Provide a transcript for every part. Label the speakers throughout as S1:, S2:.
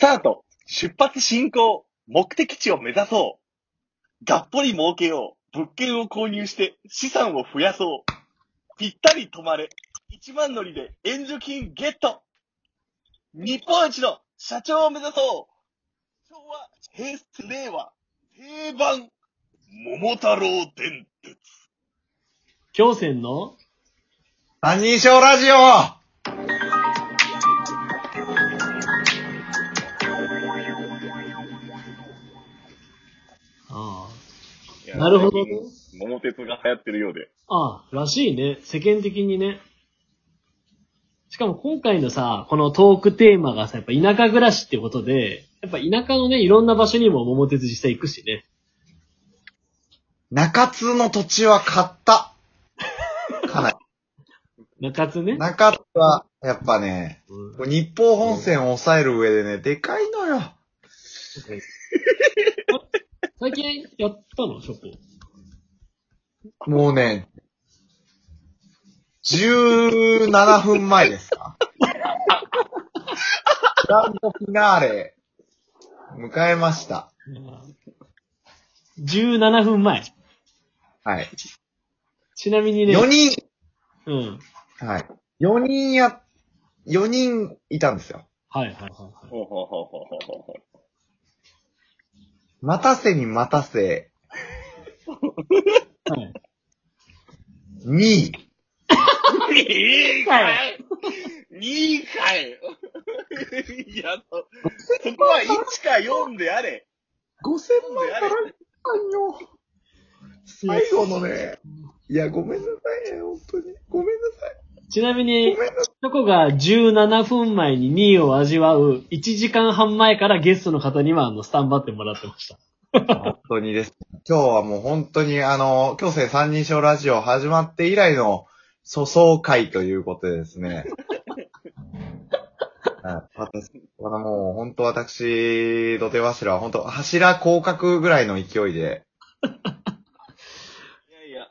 S1: タート出発進行目的地を目指そうがっぽり儲けよう物件を購入して資産を増やそうぴったり泊まれ一万乗りで援助金ゲット日本一の社長を目指そう昭和、平成、令和、定番、桃太郎伝説。
S2: 京戦の
S3: 三人称ラジオ
S2: あやなるほどね
S1: 最近桃鉄が流行ってるようで。
S2: あ。ああ、らしいね。世間的にね。しかも今回のさ、このトークテーマがさ、やっぱ田舎暮らしってことで、やっぱ田舎のね、いろんな場所にも桃鉄実際行くしね。
S3: 中津の土地は買った。かなり。
S2: 中津ね。
S3: 中津は、やっぱね、
S2: うん
S3: こう日報本線を抑える上でね、でかいのよ。
S2: 最近やったのショップ。
S3: もうね、17分前ですか。グランドフィナーレ、迎えました。
S2: 17分前。
S3: はい。
S2: ちなみにね、
S3: 4人、
S2: うん。
S3: はい。4人や、4人いたんですよ。
S2: はいはいはいはい。
S1: ほうほうほうほうほうほう
S3: 待たせに待たせ、
S2: はい、
S3: 2
S1: い
S3: 位。
S1: いかいいいかいいや、そそこは1か4であれ。
S3: 5000
S1: 万取ら
S3: れたんよ。最後のね、いや、ごめんなさいね、本当に。ごめんなさい。
S2: ちなみに、
S3: んなさい。
S2: チョコが17分前に2位を味わう1時間半前からゲストの方にはあのスタンバってもらってました。
S3: 本当にです。今日はもう本当に、あの、京成三人称ラジオ始まって以来の、粗相会ということでですね。はい私はもう本当私、土手柱は本当柱広角ぐらいの勢いで、
S1: いやいや。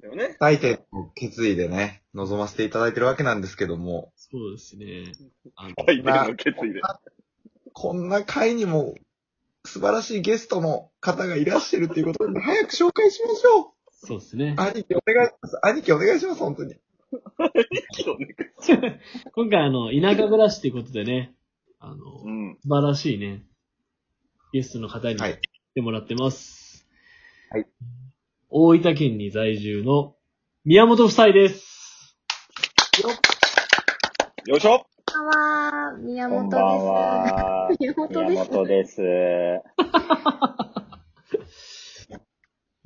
S1: でもね、
S3: 大抵の決意でね、臨ませていただいてるわけなんですけども、
S2: そうですね。あの
S1: 大抵の決意で。
S3: こんな回にも素晴らしいゲストの方がいらっしゃるっていうことで、 早く紹介しましょう。
S2: そうですね。
S3: 兄貴お願いします。兄貴お願いします、本当に。
S2: 今回あの、田舎暮らしっていうことでね、あの、
S1: うん。
S2: 素晴らしいね、ゲストの方に
S3: は
S2: 来
S3: い
S2: てもらってます。
S3: はい。
S2: 大分県に在住の宮本夫妻です。
S1: よいしょ
S4: こんばんは、宮
S5: こ
S4: 本
S5: ん
S4: で
S5: ばんは。
S4: す。宮本
S5: 宮
S4: です。
S5: 本です。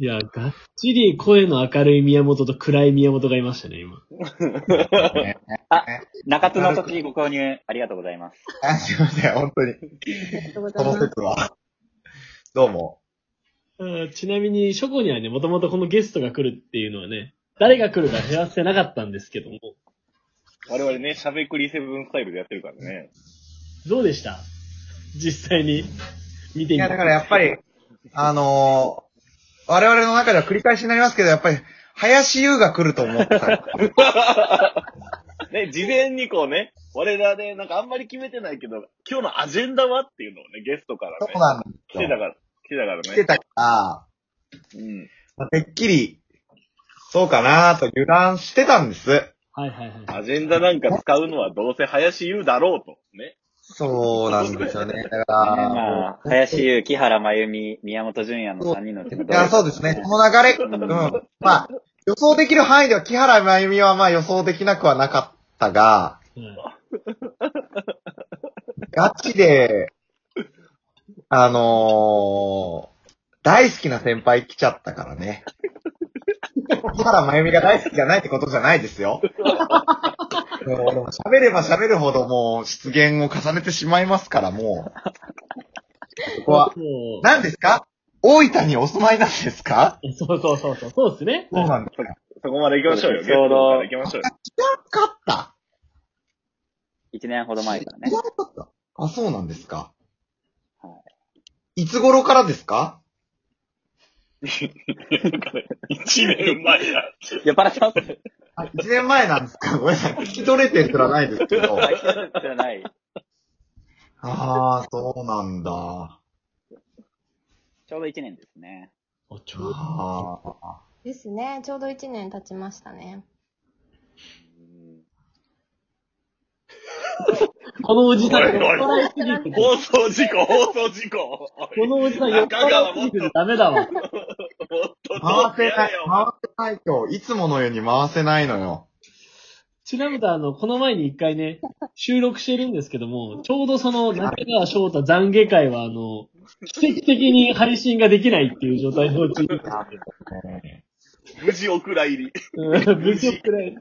S2: いや、がっちり声の明るい宮本と暗い宮本がいましたね、今。
S5: 中津の土地ご購入ありがとうございます。
S3: あすいません、本当に。
S4: ありがとうござ
S3: こ
S4: いま
S3: の
S4: す。
S3: 説は。どうも。
S2: うんちなみに、初号にはね、もともとこのゲストが来るっていうのはね、誰が来るか減らせなかったんですけども、
S1: 我々ね、しゃべくりセブンスタイルでやってるからね。
S2: どうでした実際に見て
S3: い
S2: みて。
S3: や、だからやっぱり、あのー我々の中では繰り返しになりますけど、やっぱり、林優が来ると思ってた。
S1: ね、事前にこうね、我らで、なんかあんまり決めてないけど、今日のアジェンダはっていうのをね、ゲストから
S3: そう
S1: ね、
S3: なんで
S1: 来てたから、来てたからね。
S3: 来てたから、
S1: うん。
S3: まあてっきり、そうかなと油断してたんです。
S2: はいはいはい。
S1: アジェンダなんか使うのはどうせ林優だろうと。ね。
S3: そうなんですよね。だか
S5: ま
S3: ら、
S5: あ、林優、木原真由美、宮本純也の3人のうちの
S3: いや、そうですね。この流れ、うん。まあ、予想できる範囲では、木原真由美はまあ予想できなくはなかったが、
S2: うん
S3: ガチで、あのー、大好きな先輩来ちゃったからね。木原真由美が大好きじゃないってことじゃないですよ。でも俺も喋れば喋るほどもう失言を重ねてしまいますから、もう。ここは、
S2: も
S3: 何ですか大分にお住まいなんですか
S2: うそうそうそうそう。そうですね。
S3: そうなんだ。
S1: そこまで行きましょうよ。
S5: ちょうど
S1: ゲストから行きましょうよ。
S3: 勝った
S5: 1年ほど前からね
S3: 知。らなかった。あ、そうなんですか。。
S5: はい
S3: つ頃からですか
S1: 一年前や。
S5: 酔っ払ってます酔
S3: あ、1年前なんですかごめんなさい。聞き取れてすらないですけど。は
S5: っ払ってない。
S3: ああ、そうなんだ。
S5: ちょうど1年ですね。
S2: あ、ちょう
S3: ああ。
S4: ですね。ちょうど1年経ちましたね。
S2: このおじさん、
S1: おいおい
S2: 酔っ払いすぎて、
S1: 放送事故、放送事故。
S2: このおじさん酔っ払いすぎてダメだわ。
S1: もっと
S3: 回
S1: どう
S3: せ
S1: や
S3: ない、回
S1: れよ。
S3: せないと、いつものように回せないのよ。
S2: ちなみに、あの、この前に一回ね、収録してるんですけども、ちょうどその、中川翔太懺悔会は、あの、奇跡的に配信ができないっていう状態に陥って
S1: 無事お蔵入り。
S2: うん、無事くらい。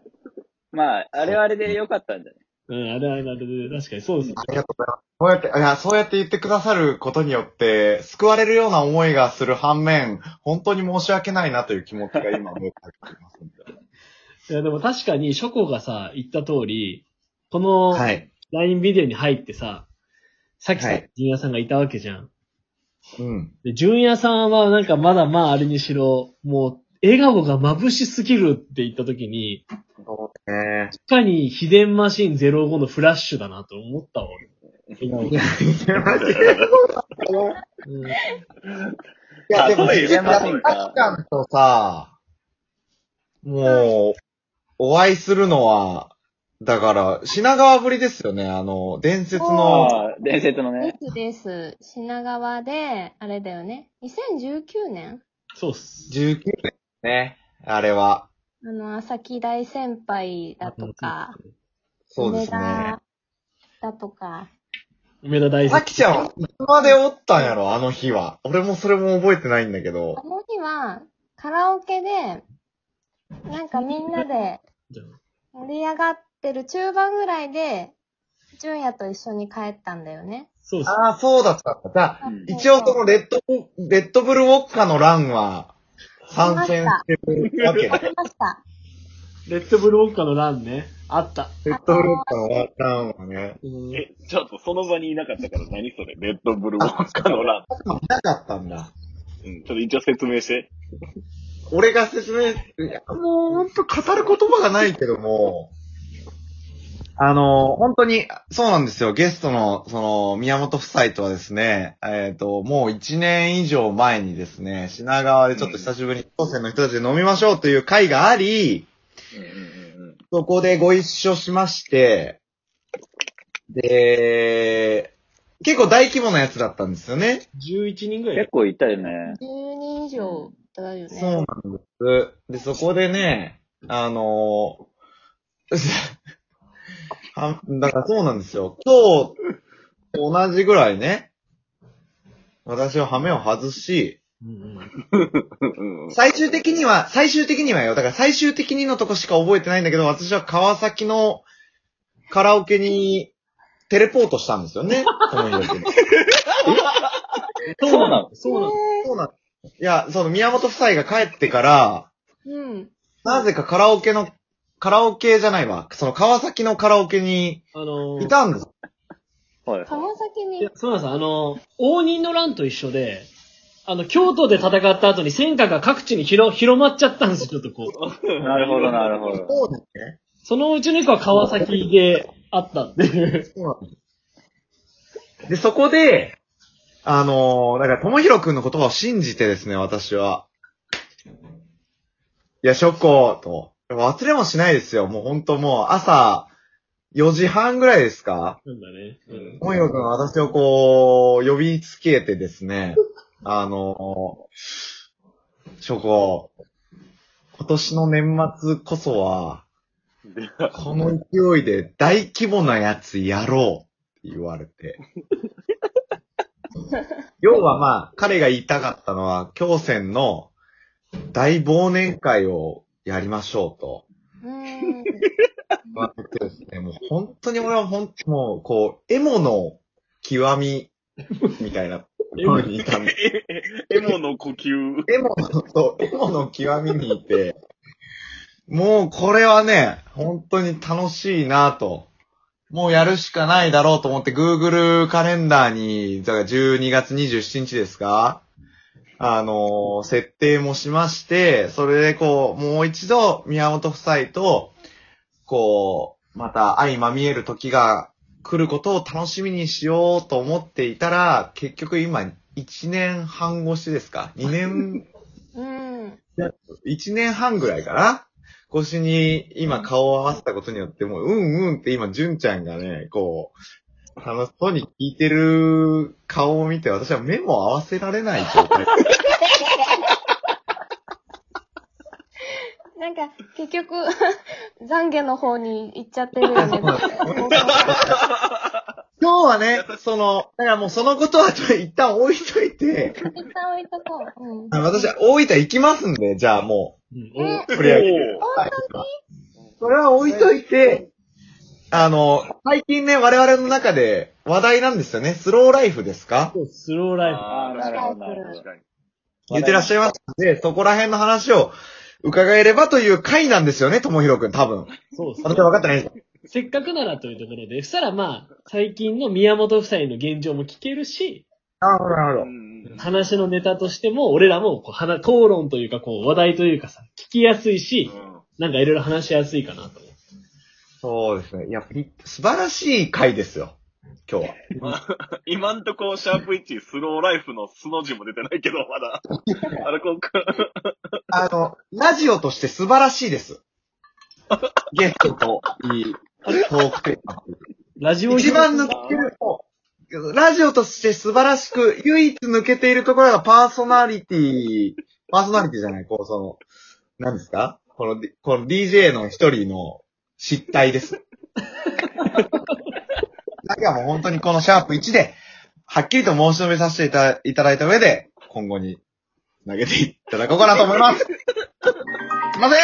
S5: まあ、あれはあれで良かったんじゃない
S2: うん、あれあれあれで、確かにそうですね。
S3: ありがとうございます。こうやって、いや、そうやって言ってくださることによって、救われるような思いがする反面、本当に申し訳ないなという気持ちが今、思ってますんで。
S2: いや、でも確かに、ショコがさ、言った通り、この、
S3: はい。
S2: LINE ビデオに入ってさ、さっきさ、
S3: は
S2: ジ
S3: い
S2: ュンヤさんがいたわけじゃん。
S3: うん。
S2: で、ジュンヤさんはなんかまだまああれにしろ、もう、笑顔が眩しすぎるって言った時に、
S3: そうね。
S2: 確かに秘伝マシン05のフラッシュだなと思ったわ、俺。笑
S3: いや、いや、マジで。
S2: 顔うん
S3: いや、でも、
S1: 例え
S3: い
S1: ば
S3: や、確かにとさ、もう、お会いするのは、だから、品川ぶりですよね、あの、伝説の、
S5: ああ、伝説のね。
S4: ですです。品川で、あれだよね。2019年
S2: そうっす。
S3: 19年ね、あれは。
S4: あの、朝木大先輩だとか、
S3: そうですね。。
S4: だとか、
S2: 梅田大
S3: さ
S2: 輔。
S3: きちゃんはいつまでおったんやろ、あの日は。俺もそれも覚えてないんだけ
S4: あ
S3: ど。
S4: の日は、カラオケで、なんかみんなで
S2: じゃん
S4: 盛り上がってる中盤ぐらいで、純也と一緒に帰ったんだよね。
S2: そうっす。
S3: ああ、そうだったんだ。じゃあ、
S5: うん
S3: 一応そのレッドブ、レッドブルウォッカの欄は、参戦してるわけ
S4: あ
S3: ね。
S4: りました。
S2: レッドブルウォッカの欄ね。あった。
S3: レッドブルウォッカの欄はね。
S2: うん
S1: え、ちょっとその場にいなかったから何それレッドブルウォッカの欄。
S3: なかったんだ。
S1: うん、ちょっと一応説明して。
S3: 俺が説明、いやもうほんと語る言葉がないけども、あの、本当に、そうなんですよ。ゲストの、その、宮本夫妻とはですね、えっ、と、もう1年以上前にですね、品川でちょっと久しぶりに、当選の人たちで飲みましょうという会があり、そこでご一緒しまして、で、結構大規模なやつだったんですよね。
S2: 11人ぐらい
S5: 結。構いたよね。
S4: 10人以上だよ
S3: そうな
S4: ね。
S3: んです。で、そこでね、あのー はだからそうなんですよ。今日、同じぐらいね、私はハメを外し、
S2: うんうん
S1: うんうん
S3: 最終的には、最終的にはよ、だから最終的にのとこしか覚えてないんだけど、私は川崎のカラオケにテレポートしたんですよね。この夜に
S5: そうなの
S2: そうなの。
S3: そうなんですいや、その宮本夫妻が帰ってから、
S4: うん。
S3: なぜかカラオケの、カラオケじゃないわ。その川崎のカラオケに
S2: あのー
S3: いたんです。
S5: はいはい。
S4: 川崎
S2: いや
S4: に、、
S2: そうなんですよあの、応仁の乱と一緒で、あの、京都で戦った後に戦火が各地に広、広まっちゃったんですよ、ちょっとこう。
S5: なるほど、なるほど。
S3: そうですね。
S2: そのうちの一個は川崎であったっていう。
S3: そうなんです。で、そこで、あのーだから、ともひろくんの言葉を信じてですね、私は。いや、ショコと。忘れもしないですよ。もう本当もう、朝、4時半ぐらいですか
S2: なんだね。うん
S3: ともひろくんは私をこう、呼びつけてですね、あのー、ショコ、今年の年末こそは、この勢いで大規模なやつやろうって言われて。要はまあ、彼が言いたかったのは、京戦の大忘年会をやりましょうと。
S4: うん。
S3: まあそうですね。もう本当に俺は本当もう、こう、エモの極み、みたいなところにいたんで。
S1: ええエモの呼吸。
S3: エモの、そうエモの極みにいて、もうこれはね、本当に楽しいなと。もうやるしかないだろうと思って、Google カレンダーに、だから12月27日ですかあのー設定もしまして、それでこう、もう一度、宮本夫妻と、こう、また相まみえる時が来ることを楽しみにしようと思っていたら、結局今、1年半越しですか ?2 年、
S4: うん。
S3: 1年半ぐらいかな越しに今顔を合わせたことによって、もう、うんうんって今、純ちゃんがね、こう、楽しそうに聞いてる顔を見て、私は目も合わせられない状態。
S4: なんか、結局、 懺悔の方に行っちゃってる よね。
S3: 今日はね、その、だからもうそのことはちょっと一旦置いといて、
S4: 一旦置いとこう。うん。
S3: あ私は大分行きますんで、じゃあも
S2: うんお
S4: ね
S3: う、とりあえず。
S1: お
S3: はいそれは置いといて、あの、最近ね、我々の中で話題なんですよね。スローライフですか
S2: そうスローライフ。
S5: ああ、なるほど、なるほ
S1: ー
S5: ど。
S1: 確かに
S3: 言ってらっしゃいますので、そこら辺の話を伺えればという回なんですよね、ともひろくん、多分。
S2: そうです
S3: 私
S2: ね。
S3: は分かってないです。
S2: せっかくならというところで、そしたらまあ、最近の宮本夫妻の現状も聞けるし、
S3: ああ、なる
S1: う。んうん
S2: 話のネタとしても、俺らもこう話、討論というか、こう、話題というかさ、聞きやすいし、なんかいろいろ話しやすいかなと思う。
S3: そうですね。いや、ぴ素晴らしい回ですよ。今日は。
S1: 今んとこ、シャープ1、スローライフの素の字も出てないけど、まだ。あれ、こうか。
S3: あの、ラジオとして素晴らしいです。ゲストといいトークテーマという
S2: ラジオ
S3: 一番抜けると、ラジオとして素晴らしく、唯一抜けているところがパーソナリティ、パーソナリティじゃない、こう、その、何ですかこの、D- この DJ の一人の失態です。だけはもう本当にこのシャープ1で、はっきりと申し述べさせていたいただいた上で、今後に投げていただこうかなと思います。すいません